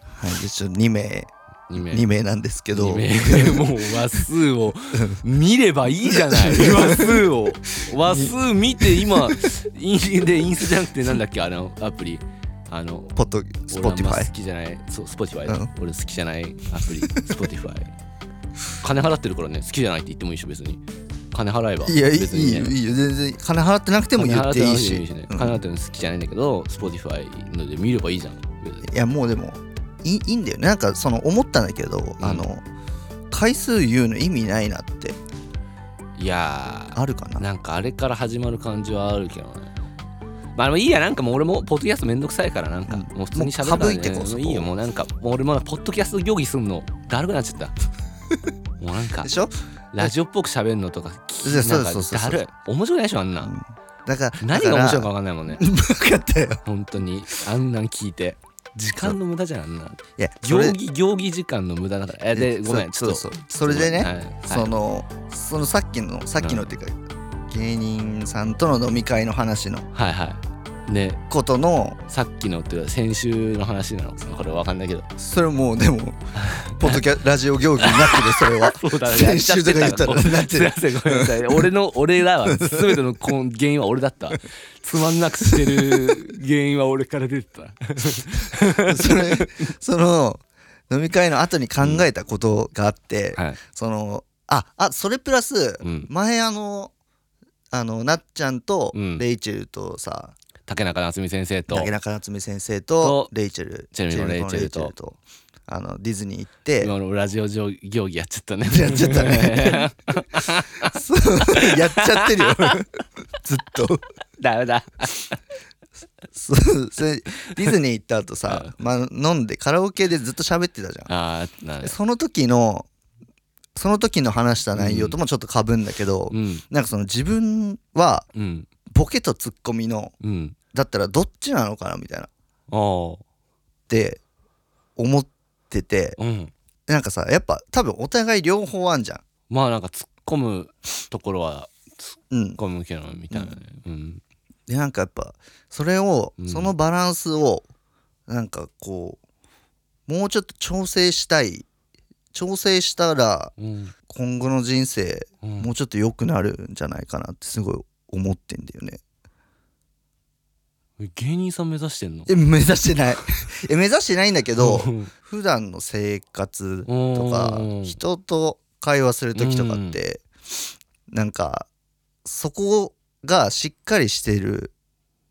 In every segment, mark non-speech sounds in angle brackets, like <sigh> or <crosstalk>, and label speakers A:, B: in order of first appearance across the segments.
A: はい、じゃあちょっと2名
B: 2名
A: 2名なんですけど
B: 2名もう話数を見ればいいじゃない
A: <laughs>
B: 話数を話数見て今インでインスタじゃなくてなんだっけあのアプリあの
A: ポッドス
B: 俺
A: ポ
B: あん
A: ティ
B: ま
A: ファ
B: 好
A: イ
B: きじゃないそうスポティファイ、
A: うん
B: 俺好きじゃないアプリスポティファイ金払ってるからね好きじゃないって言ってもいいでしょ別に金払えば
A: いやいい
B: 別にね
A: よいいよ全然金払ってなくても言っていいし
B: 金払って
A: うん
B: なくても好きじゃないんだけど、Spotify ので見ればいいじゃん。別
A: い
B: に
A: やもうでもいいいいんだよねなんかその思ったんだけど、
B: ん
A: あの回数言うの意味ないなって
B: いやー
A: あるかな
B: なんかあれから始まる感じはあるけどね。まあでもいいや、なんかもう俺もポッドキャストめんどくさいから、なんか
A: うん
B: もう普通に喋るから、
A: もう
B: ね、
A: 省いてこうそこ
B: もういいよ、もうなんか、もう俺もポッドキャスト行儀すんのだるくなっちゃった。もうなんか
A: で、しょ
B: ラジオっぽく喋るのとか、
A: そうそう
B: なんか
A: そうそう
B: だるい。面白くないでしょ、あんな。ん、
A: だから
B: 何が面白いか
A: か
B: 分かんないもんね。
A: 分かったよ
B: 本当に、あんなん聞いて。時間の無駄じゃん、あんな。
A: いやそ
B: 行
A: れ
B: 儀行儀時間の無駄だからえでごめんち
A: そ
B: ょ
A: う
B: っ
A: そ
B: と
A: うそれでね、
B: はいはい
A: そのそのさっきのさっきのっていうか、芸人さんとの飲み会の話の
B: はいはいね
A: ことの
B: さっきのって先週の話なのこれわかんないけど
A: それもう
B: <laughs>
A: でもポッドキャラジオ行儀になってるそれは
B: そうだね
A: 先週とか言ったらなっ
B: す
A: て
B: い <laughs> ま
A: る
B: せんごめんなさい俺の俺らは全てのこん原因は俺だったつまんなくしてる原因は俺から出てた
A: それその飲み会の後に考えたことがあって、
B: はい
A: そのああそれプラス、
B: うん
A: 前あのあのなっちゃんと
B: うん
A: レイチェルとさ、
B: 竹中夏実先生と
A: 竹中夏実先生と
B: と
A: レイチェル
B: チェルミのレイチェルと
A: チェあのディズニー行って
B: 今のラジオ上行儀やっちゃったね
A: やっちゃった
B: <laughs>
A: ねそうやっちゃってるよずっと
B: ダメだ
A: そうそれディズニー行った後さ、まあ、飲んでカラオケでずっと喋ってたじゃん
B: あーなる
A: その時のその時の話した内容ともちょっとかぶんだけど、
B: うん
A: なんかその自分は
B: うん
A: ボケとツッコミの
B: うん
A: だったらどっちなのかなみたいなっ
B: お
A: て思ってて
B: ーうん
A: なんかさやっぱ多分お互い両方あんじゃん。
B: まあなんか突っ込むところは
A: うん、
B: 込むけどみたいなねうん
A: でなんかやっぱそれを、
B: うん
A: そのバランスをなんかこうもうちょっと調整したい調整したら
B: うん
A: 今後の人生
B: うん
A: もうちょっと良くなるんじゃないかなってすごい思ってんだよね。
B: 芸人さん目指してんの
A: え目指してない <laughs> え目指してないんだけど
B: <laughs> うん
A: 普段の生活とか
B: うん
A: 人と会話する時とかってなんかそこがしっかりしてる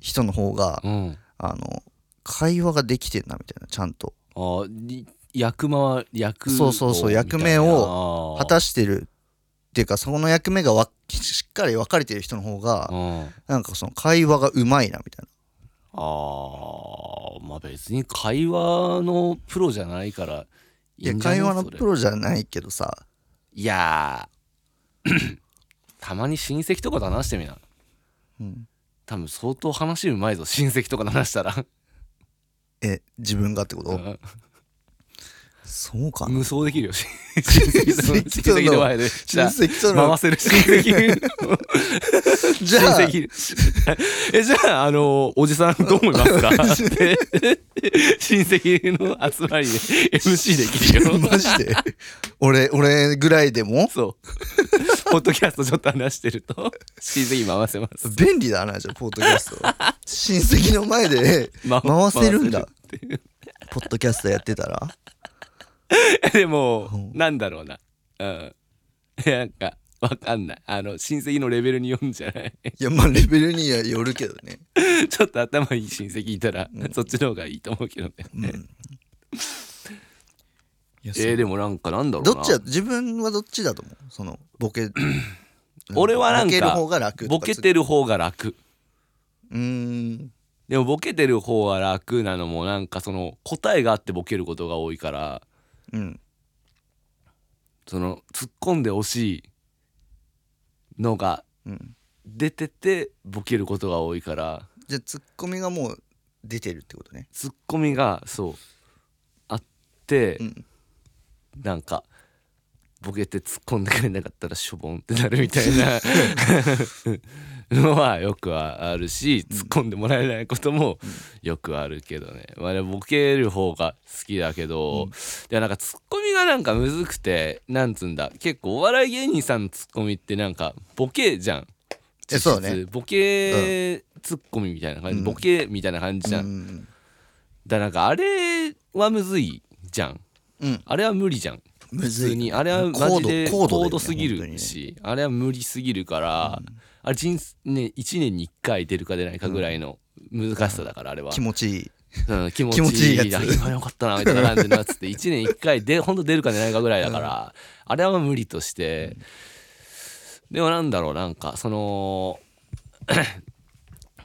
A: 人の方が
B: うん
A: あの会話ができてんなみたいなちゃんと
B: あーに役回り役
A: そうそうそう
B: みたいな
A: 役目を
B: あー
A: 果たしてるっていうかその役目がわしっかり分かれてる人の方
B: う
A: が
B: んあ
A: なんかその会話がうまいなみたい
B: ーまあ別に会話のプロじゃないからい
A: ない
B: ん
A: いや
B: じゃね
A: 会話のプ
B: それ
A: ロじゃないけどさ
B: いやー <coughs> たまに親戚とかと話してみな
A: うん
B: 多分相当話うまいぞ親戚とかと話したら
A: え自分がってこ
B: う
A: と
B: ん
A: そうかな
B: <laughs> 無双できるよ親戚と親
A: 戚との
B: 戚の前で
A: 親戚との
B: 回せる親戚
A: <laughs> じゃあ
B: 親戚 <laughs> えじゃああのおじさんどう思いますか <laughs> って親戚の集まりで MC できる
A: <laughs>
B: よ
A: マジで俺俺ぐらいでも
B: そうポッドキャストちょっと話してると親戚回せます <laughs>
A: 便利だなじゃあポッドキャスト親戚の前で
B: <laughs> ま
A: 回せるんだ
B: 回せるっていう
A: ポッドキャストやってたら
B: えでもなんだろうなうんいやなんかわかんないあの親戚のレベルによるんじゃない <laughs>
A: いやまあレベルにはよるけどね、
B: ちょっと頭いい親戚いたら、そっちの方がいいと思うけどね、
A: うん、いや
B: えーでもなんかなんだろうな
A: どっちだ自分はどっちだと思うそのボケ
B: <laughs> 俺はな
A: ボ
B: んか
A: ケる方が楽と
B: ボ
A: か
B: ケてる方が楽
A: うーん
B: でもボケてる方は楽なのもなんかその答えがあってボケることが多いから
A: うん
B: その突っ込んでほしいのが
A: うん
B: 出ててボケることが多いから
A: じゃあツッコミがもう出てるってことね
B: 突っ込みがそうあって、
A: うん
B: なんかボケて突っ込んでくれなかったらしょぼんってなるみたいな <laughs> のはよくはあるし突っ込んでもらえないこともよくあるけどね、まあ、でもボケる方が好きだけど、
A: うん
B: でもなんかツッコミがなんかむずくてなんつうんだ結構お笑い芸人さんのツッコミってなんかボケじゃん。
A: えそうね
B: 実質ボケツッコミみたいな感じ、
A: うん
B: ボケみたいな感じじゃん、
A: うん
B: だからなんかあれはむずいじゃん
A: うん
B: あれは無理じゃん
A: む
B: 普
A: ず
B: 通
A: い
B: にあれはマ
A: 高
B: ジで
A: 度高度だよね
B: 高度す
A: 本
B: ぎ
A: 当に
B: る
A: ね
B: し、あれは無理すぎるから、あれ人生ね1年に1回出るか出ないかぐらいの難しさだからあれは、
A: 気持ちいい
B: うん、気持
A: 気持ち
B: ち
A: い
B: い
A: い
B: い
A: や
B: や
A: つ
B: 今よかったなみたいな感じのやつって1年1回 <laughs> で本当出るか出ないかぐらいだから、あれは無理として、でもなんだろうなんかその <clears throat>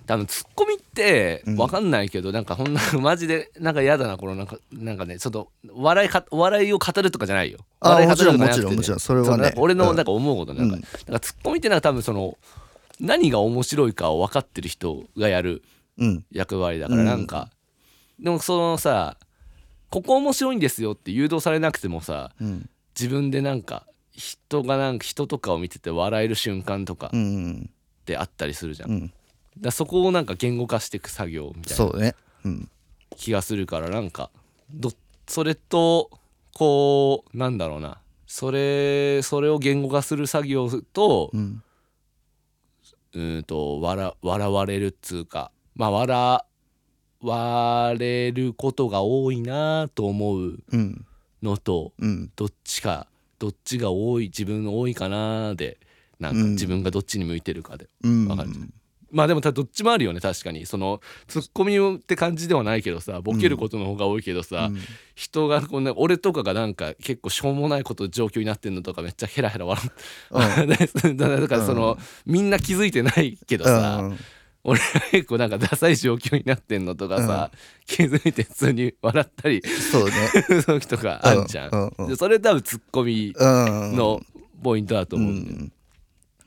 B: 多分ツッコミって
A: うん
B: 分かんないけど、なんかほんな <laughs> マジでなんか嫌だなこのなんかなんかねちょっと笑いかお笑いを語るとかじゃないよ
A: あ
B: 笑い
A: もちろん
B: 語
A: も
B: る
A: ち
B: とかじ
A: ろ
B: ゃなくてね
A: んもちろんそれは
B: うなん
A: ね
B: か俺の
A: うん
B: なんか思うことなんか,、
A: うん
B: なんかツッコミってなんか多分その何が面白いかを分かってる人がやる
A: うん
B: 役割だから
A: うん
B: なんか、でもそのさここ面白いんですよって誘導されなくてもさ
A: うん
B: 自分でなんか人がなんか人とかを見てて笑える瞬間とか
A: うんうん
B: ってあったりするじゃん、
A: う
B: だか
A: ん
B: らそこをなんか言語化していく作業みたいな
A: そうねうん
B: 気がするからなんかどそれとこうなんだろうなそれそれを言語化する作業と
A: うん
B: うーんと笑笑われるっつうかまあ笑われることが多いなと思う
A: うん
B: のと
A: うん
B: どっちかどっちが多い自分の多いかなでなんか
A: うん
B: 自分がどっちに向いてるかで、
A: うん
B: わかるまあでもたどっちもあるよね確かにそのツッコミって感じではないけどさボケることの方が多いけどさ、
A: うん
B: 人がこんな俺とかがなんか結構しょうもないこと状況になってんのとかめっちゃヘラヘラ笑 <laughs> って、だからその、みんな気づいてないけどさ、
A: うん
B: 俺ら結構なんかダサい状況になってんのとかさ、気づいて普通に笑ったり
A: そうね
B: する時とかあんじゃん、
A: うんうんうん
B: でそれ多分ツッコミ
A: うん
B: <laughs> のポイントだと
A: う
B: 思うんだよ、
A: ん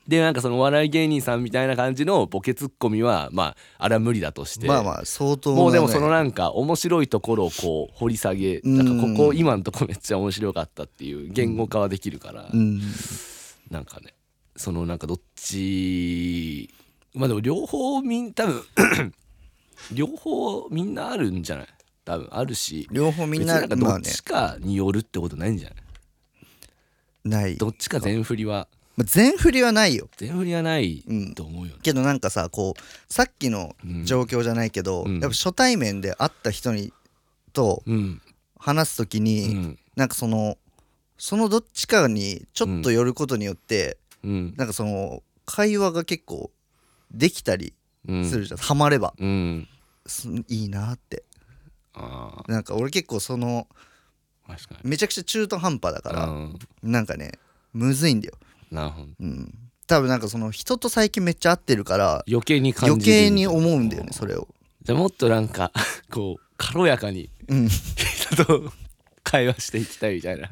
B: でなんかそのお笑い芸人さんみたいな感じのボケツッコミはまああれは無理だとして
A: まあまあ相当
B: もうでもその
A: な
B: なんか面白いところをこう掘り下げ
A: うん
B: なんかここ今のとこめっちゃ面白かったっていう言語化はできるから、
A: うん
B: なんかねそのなんかどっちまあでも両方みん多分 <clears throat> 両方みんなあるんじゃない多分あるし
A: 両方みん
B: 別
A: な
B: になんか
A: ま
B: ど
A: あ
B: っ
A: ね
B: ちかによるってことないんじゃない、
A: ない
B: どっちか全振りは
A: まあ全振りはないよ
B: 全振りはない
A: うん
B: と思うよね、
A: けどなんかさこうさっきの状況じゃないけど、
B: う
A: や
B: ん
A: っぱ初対面で会った人にと
B: うん
A: 話す時
B: う
A: に、
B: ん
A: なんかそのそのどっちかにちょっと寄ることによって、
B: うん
A: なんかその会話が結構できたり
B: うん
A: するじゃん、ハマれば
B: うん
A: すいいなって
B: あ
A: なんか俺結構その
B: あ確かに
A: めちゃくちゃ中途半端だから、
B: うん
A: なんかねむずいんだよ、
B: なるほど
A: うん、多分なんかその人と最近めっちゃ会ってるから
B: 余計に感
A: 余
B: じる
A: 計に思うんだよね
B: あ
A: それを
B: ーじゃあもっとなんかこう軽やかに
A: うん
B: 人と会話していきたいみたいな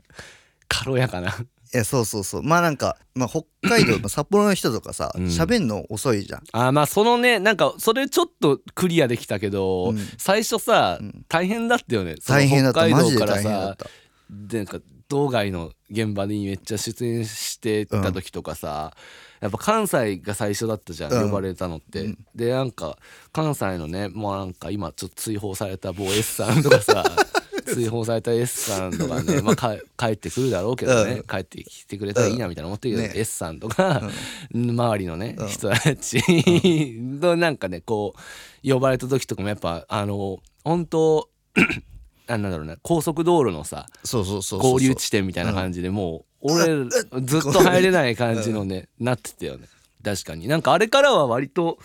B: 軽やかない
A: やそうそうそうまあなんか、まあ、北海
B: <clears throat>
A: 道まあ札幌の人とかさ
B: うん
A: 喋、んの遅いじゃん
B: あーまあそのねなんかそれちょっとクリアできたけど、
A: うん
B: 最初さ、
A: うん
B: 大変だったよねその
A: 大変だった
B: 北
A: マ
B: 海
A: ジ
B: 道
A: で
B: から
A: 大変だっ
B: さ
A: た
B: でなんか道外の現場にめっちゃ出演してた時とかさ、やっぱ関西が最初だったじゃん、
A: うん
B: 呼ばれたのって、でなんか関西のねもうなんか今ちょっと追放された某 S さんと
A: <laughs>
B: かさ追放された S さんとかね、まあ、か帰ってくるだろうけどね、
A: うん
B: 帰ってきてくれたらいいなみたいな思ってるけど、
A: ね
B: S さんとか、周りのね、
A: うん
B: 人たちのなんかねこう呼ばれた時とかもやっぱあの本当 <clears throat> あなんだろうな高速道路のさ
A: そうそうそうそう
B: 合流地点みたいな感じでも
A: <laughs>
B: う俺ずっと入れない感じのねなってたよね確かになんかあれからは割と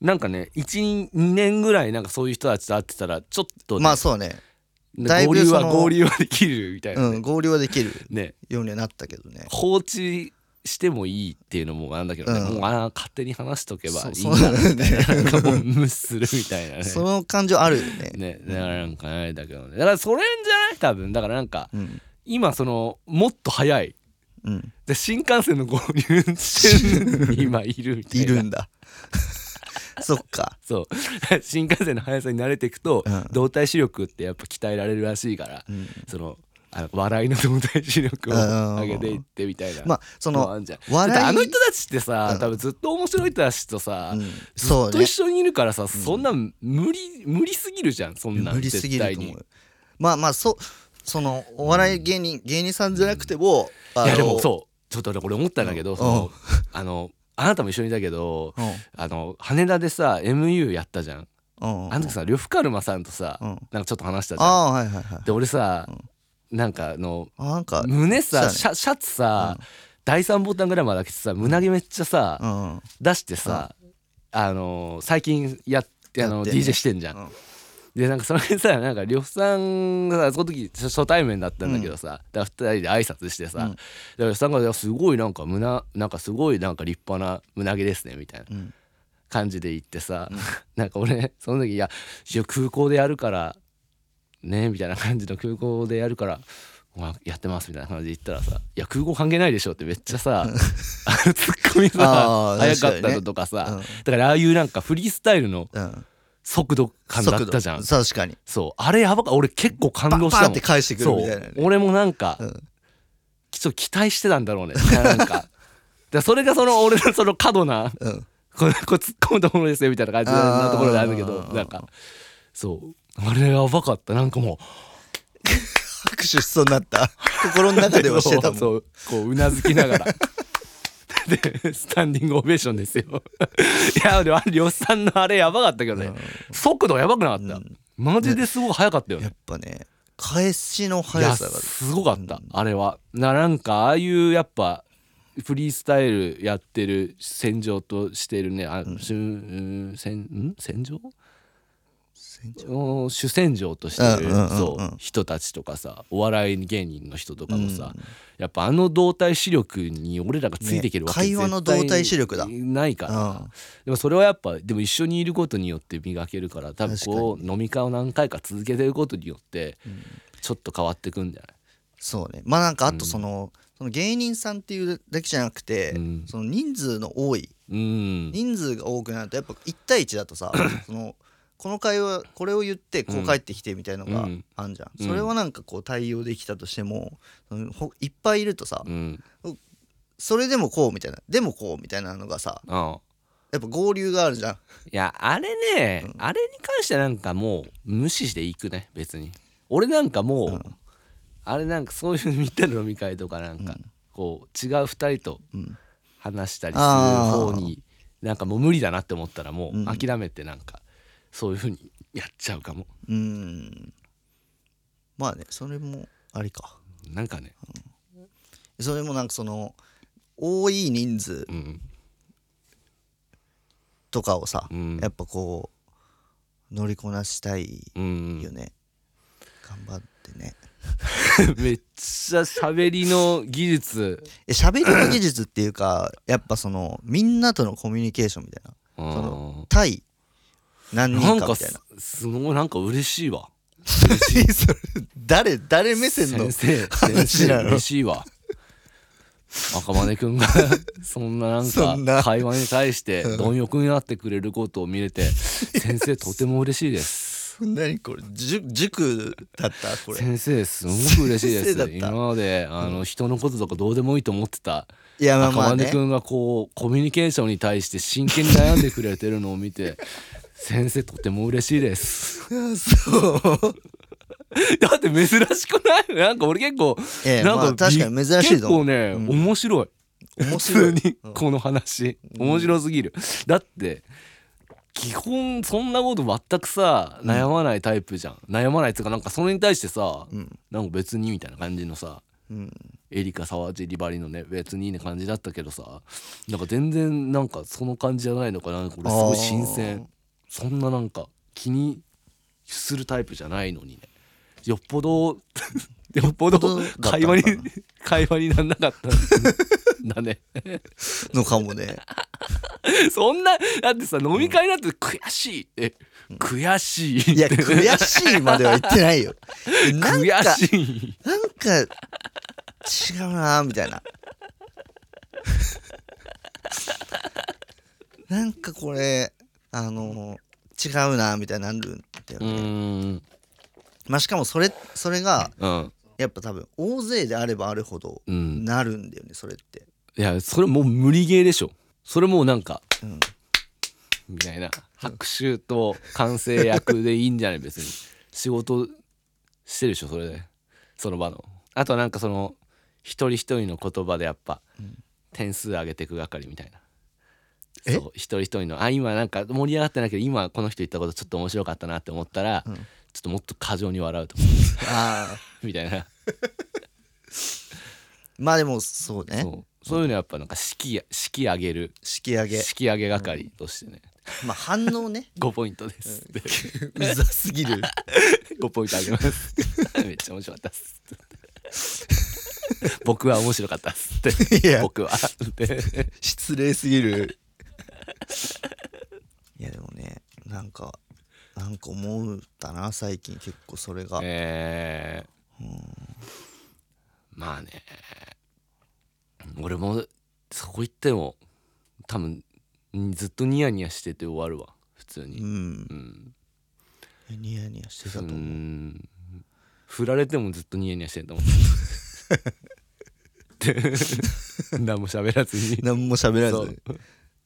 B: なんかね12年ぐらいなんかそういう人たちと会ってたらちょっとね、
A: まあそうねだいぶ
B: 合流は
A: その
B: 合流はできるみたいな
A: う
B: ね,、
A: ん合流はできる
B: ね
A: ようにはなったけどね
B: 放置してもいいっていうのもあんだけどね、
A: うん
B: もうあー勝手に話しとけばいい
A: そ
B: ん
A: う
B: だ
A: そうだよね
B: なんかもう無視するみたいなね
A: その感情あるよね
B: ねだからなんかあれだけどねだからそれんじゃない多分だからなんか
A: うん
B: 今そのもっと早い
A: うん
B: で新幹線の合流してに今いるみたい
A: い
B: な
A: るん
B: <laughs>
A: だそっか
B: そう <laughs> 新幹線の速さに慣れていくと、
A: うん
B: 動体視力ってやっぱ鍛えられるらしいから、
A: うん
B: そのあの笑いの動体視力を
A: うん
B: 上げていってみたいな
A: まあそ
B: あ
A: の
B: んじゃんだっ
A: 笑
B: て
A: い
B: あの人たちってさ、
A: うん
B: 多分ずっと面白い人たちとさ、
A: うん
B: ず
A: そ
B: っ
A: う
B: と一
A: ね
B: 緒にいるからさ、そんなん無理無理すぎるじゃんそんなん
A: 無理すぎると思
B: 絶
A: うまあまあそうそのお笑い芸人、芸人さんじゃなくてもあの
B: 対にいやでもそうちょっとねこれ思ったんだけど、
A: うん
B: そのあのあなたも一緒にいたけど
A: うん
B: あの羽田でさ MU やったじゃん
A: うんうん
B: あの時さ呂布カルマさんとさ、
A: うん
B: なんかちょっと話したじゃん
A: ああはいはいはい
B: で俺さ、なんかあの
A: あなんか
B: 胸さ、
A: そうだね
B: シャシャツさ、第3ボタンぐらいまで開けてさ胸毛めっちゃさ、
A: うんうん
B: 出してさ、あのー最近やってあの
A: やってね
B: DJ してんじゃん、
A: うん
B: でなんかそれでさなんか呂布さんがさその時初初対面だったんだけどさ、だから2人で挨拶してさ、
A: うん
B: で呂布さんがいや「すごいなんか胸なんかすごいなんか立派な胸毛ですね」みたいな
A: うん
B: 感じで言ってさ、 <laughs> なんか俺その時「いや一応空港でやるからね」みたいな感じの空港でやるから。お前やってますみたいな感じで言ったらさ「いや空港関係ないでしょ」ってめっちゃさあ <laughs> のツッコミ
A: あ
B: さ
A: ー
B: 早かっ
A: 確か
B: た
A: に
B: の
A: ね
B: とかさ、
A: うん
B: だからああいうなんかフリースタイルの
A: うん
B: 速度感だったじゃん
A: 速度確かに
B: そうあれやばか俺結構感
A: パ
B: 動
A: ン
B: し
A: パン
B: た
A: っ
B: もん
A: て返してくる
B: そ
A: みたいな
B: う
A: ね
B: 俺もなんか、
A: うん
B: ちょっと期待してたんだろうね
A: <laughs>
B: なんかだからそれがその俺のその過度な
A: うん
B: これこれ突っ込むところですよみたいな感じな
A: あー
B: ところがあるけどなんかそうあれやばかったなんかもう
A: 拍手しそうになった <laughs> 心の中ではしてたもん
B: <laughs> そうこううなずきながら <laughs> でスタンディングオベーションですよいやでもあれ呂布さんのあれやばかったけどね、速度やばくなかった、マジですごい速かったよね
A: やっぱね返しの
B: いや
A: 速さが
B: すごかった、あれはななんかああいうやっぱフリースタイルやってる戦場としてるねあ、しゅうん、戦ん戦場
A: 戦
B: お主戦場としてる、
A: うんうんうんうん
B: そう人たちとかさお笑い芸人の人とかもさ、やっぱあの動体視力に俺らがついていけるわけ、
A: ね会話の動体視力だ
B: 絶対ないから、
A: うん
B: でもそれはやっぱでも一緒にいることによって磨けるから多分こう飲み会を何回か続けてることによってちょっと変わってくんじゃない
A: そうねまあなんかあとその,、その芸人さんっていうだけじゃなくて、
B: うん
A: その人数の多い
B: うん
A: 人数が多くなるとやっぱ1対1だと
B: <clears throat>
A: さそのこの会話これを言ってこ
B: うん
A: う帰ってきてみたいのが
B: うん
A: あんじゃん、
B: うん
A: それはなんかこう対応できたとしてもそのほいっぱいいるとさ、
B: うん
A: それでもこうみたいなでもこうみたいなのがさ
B: うん
A: やっぱ合流があるじゃん
B: いやあれね、あれに関してはなんかもう無視していくね別に俺なんかもう、あれなんかそういう見てる飲み会とかなんか、こう違う2人と
A: ん
B: 話したりする方に、なんかもう無理だなって思ったらも
A: う
B: うん諦めてなんかそういう風にやっちゃうかも
A: うんまあねそれもありか
B: なんかね
A: それもなんかその多い人数
B: うん
A: とかをさ、
B: うん
A: やっぱこう乗りこなしたい
B: うん
A: よね、頑張ってね
B: めっちゃ喋りの技術、
A: え喋りの技術っていう <coughs> かやっぱそのみんなとのコミュニケーションみたいな
B: うん
A: その対何
B: な
A: 人
B: ん
A: か
B: か
A: みたい
B: す
A: な
B: すごいなんか嬉しいわ
A: それ誰誰目線の
B: 先
A: <laughs> 話な
B: 生
A: の
B: 先生嬉しいわ赤羽くんが <laughs> そんななん
A: そ
B: か
A: んな
B: 会話に対して貪欲になってくれることを
A: <laughs>
B: 見れて先生とても嬉しいです
A: 何これ塾塾だったこれ
B: 先生すごく嬉しいで
A: 先生だ
B: す
A: った
B: 今まであの人のこととかどうでもいいと思ってた
A: いやまあ
B: 赤
A: まあ
B: 羽
A: ね
B: くんがこうコミュニケーションに対して真剣に悩んでくれてるのを見て
A: <laughs>
B: 先生とても嬉しいです
A: そう
B: だって珍しくないなんか俺結構、
A: ええ
B: なん
A: まあ確かに珍しいと思う
B: 結構ね、面白い
A: 面白
B: 普通
A: い
B: にこの話、面白すぎるだって基本そんなこと全くさ悩まないタイプじゃん、悩まないっていうかなんかそれに対してさ、なんか別にみたいな感じのさ
A: うん
B: エリカ沢尻バリのね別にいいね感じだったけどさなんか全然なんかその感じじゃないのかなこれすごい新
A: あー
B: 鮮そんななんか気にするタイプじゃないのにねよっぽど <laughs> よっぽ
A: よっ
B: ど
A: ぽどだったのかな
B: 会話に <laughs> 会話になんなかったん
A: <laughs>
B: だね
A: のかもね
B: そんなだってさ飲み会なんて悔しいって悔しい
A: いや悔しいまでは言って <laughs> ないよなんか
B: 悔しい
A: なんか違うなみたいな。 <laughs> なんかこれあの違うなみたいになるんだよ
B: う
A: ね。
B: ーん
A: まあしかもそれそれが
B: うん
A: やっぱ多分大勢であればあるほど
B: うん
A: なるんだよねそれって
B: いやそれもう無理ゲーでしょそれもうなんか
A: うん
B: みたいな拍手と完成役でいいんじゃない別に仕事してるでしょそれでその場のあとはなんかその一人一人の言葉でやっぱ点数上げていく係みたいな
A: え
B: そう一人一人のあ今なんか盛り上がってないけど今この人言ったことちょっと面白かったなって思ったら、ちょっともっと過剰に笑うとか
A: ああ
B: みたいな
A: まあでもそうね
B: そうそういうのやっぱなんか式や式上げる
A: 式上げ
B: 式上げ係としてね、
A: まあ反応ね
B: 5ポイントですって
A: <laughs> うざすぎる
B: 5ポイントあげます
A: <laughs>
B: めっちゃ面白かったっす僕は面白かったっすって
A: いや <laughs>
B: 僕はって
A: 失礼すぎる <laughs> いやでもねなんかなんか思ったな最近結構それが、
B: えー、まあね俺もそこ行っても多分んずっとニヤニヤしてて終わるわ普通
A: う
B: に
A: ん
B: うん
A: ニヤニヤしてた
B: う
A: と思う、
B: ん振られてもずっとニヤニヤして
A: <laughs>
B: んだもん <laughs> 何も喋らずに
A: 何も喋ら
B: そ
A: ず
B: う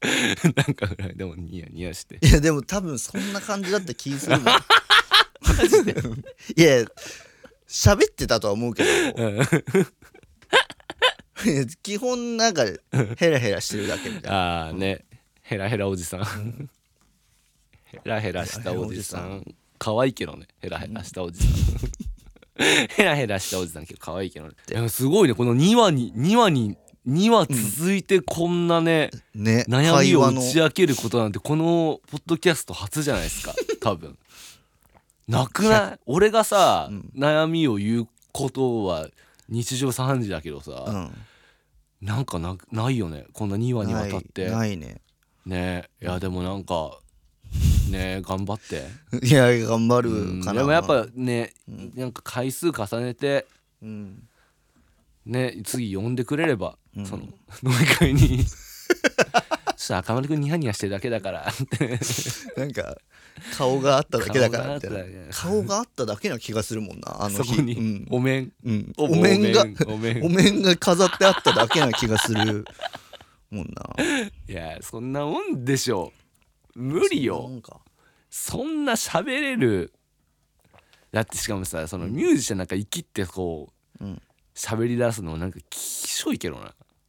B: <laughs> なんかぐらいでもニヤニヤして
A: いやでも多分そんな感じだった気す
B: <laughs>
A: るもん <laughs> いや喋ってたとは思うけどいや基本なんかヘラヘラしてるだけみたいな
B: ああね、ヘラヘラおじさん。ヘラヘラしたおじさ
A: ヘラヘラ
B: ん。可愛いけどね、ヘラヘラしたおじさん。ヘラヘラしたおじさん結構可愛いけどね。いやすごいね、この2話に、2話に、2話続いてこんなね、
A: ね
B: 悩み
A: 会
B: を
A: 話
B: 打
A: の
B: ち明けることなんて、このポッドキャスト初じゃないです <laughs> か、多分。なくない俺がさ、悩みを言うことは日常3時だけどさ、
A: うん
B: なんかなないよねこんな2話にわたって
A: ないないね
B: ねいやでもなんかね頑張って
A: <laughs> いや頑張
B: うん
A: るかな、
B: でもやっぱね、なんか回数重ねて
A: うん
B: ね次呼んでくれれば、
A: うん
B: その飲み会に <laughs> ちょっと赤丸くんニヤニヤしてるだけだからって
A: なんか顔があっただけだからみたいな
B: 顔が
A: 顔があ
B: あっただけだから
A: っただけな気がするもんなあの
B: そ
A: 日
B: こに、
A: うん
B: お面
A: うん、
B: お
A: お面が
B: お面
A: お面が飾ってあっただけな気がするもんない
B: やそんなもんでしょう無理よ
A: なんか
B: そんな喋れるだってしかもさそのミュージシャンなんか生きってこう
A: うん
B: 喋、り出すのなんかきしょいけど
A: い
B: な、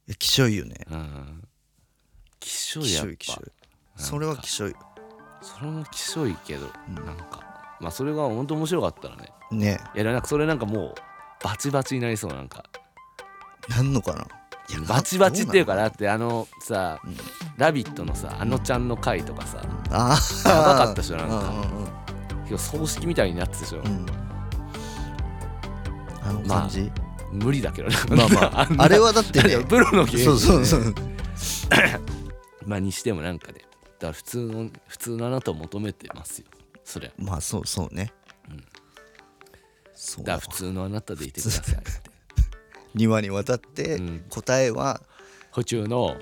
A: やきしょいよね
B: うん、きしょ
A: き
B: いや
A: し
B: っ
A: ょいきし
B: ぱ
A: ょいそれはきしょい
B: それもきしょいけど、なんかまあそれが本当面白かったらね
A: ね
B: いやなんかそれなんかもうバチバチになりそうなんか
A: なんのかないやな
B: バチバチっていうか
A: ど
B: だってあのさ「ラビット!」のさあのちゃんの回とかさ
A: うなのああ
B: やばかったっしょなんか
A: か
B: 今日葬式みたいになってたでし
A: う
B: ょ、
A: んあの感じ、
B: 無理だけどね
A: まあ、ま
B: <laughs>
A: あ
B: ん
A: あ
B: な
A: れはだって
B: い
A: ね
B: やプロの芸人
A: そうそうそう
B: まあにしてもなんかで、だから普通の普通のあなたを求めてますよそりゃ
A: まあそうそうね、そう
B: だ
A: だ
B: から普通のあなたでいてください <laughs> って
A: 2話にわたって
B: うん
A: 答えは、
B: 補充の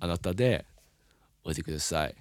B: あなたでおいてください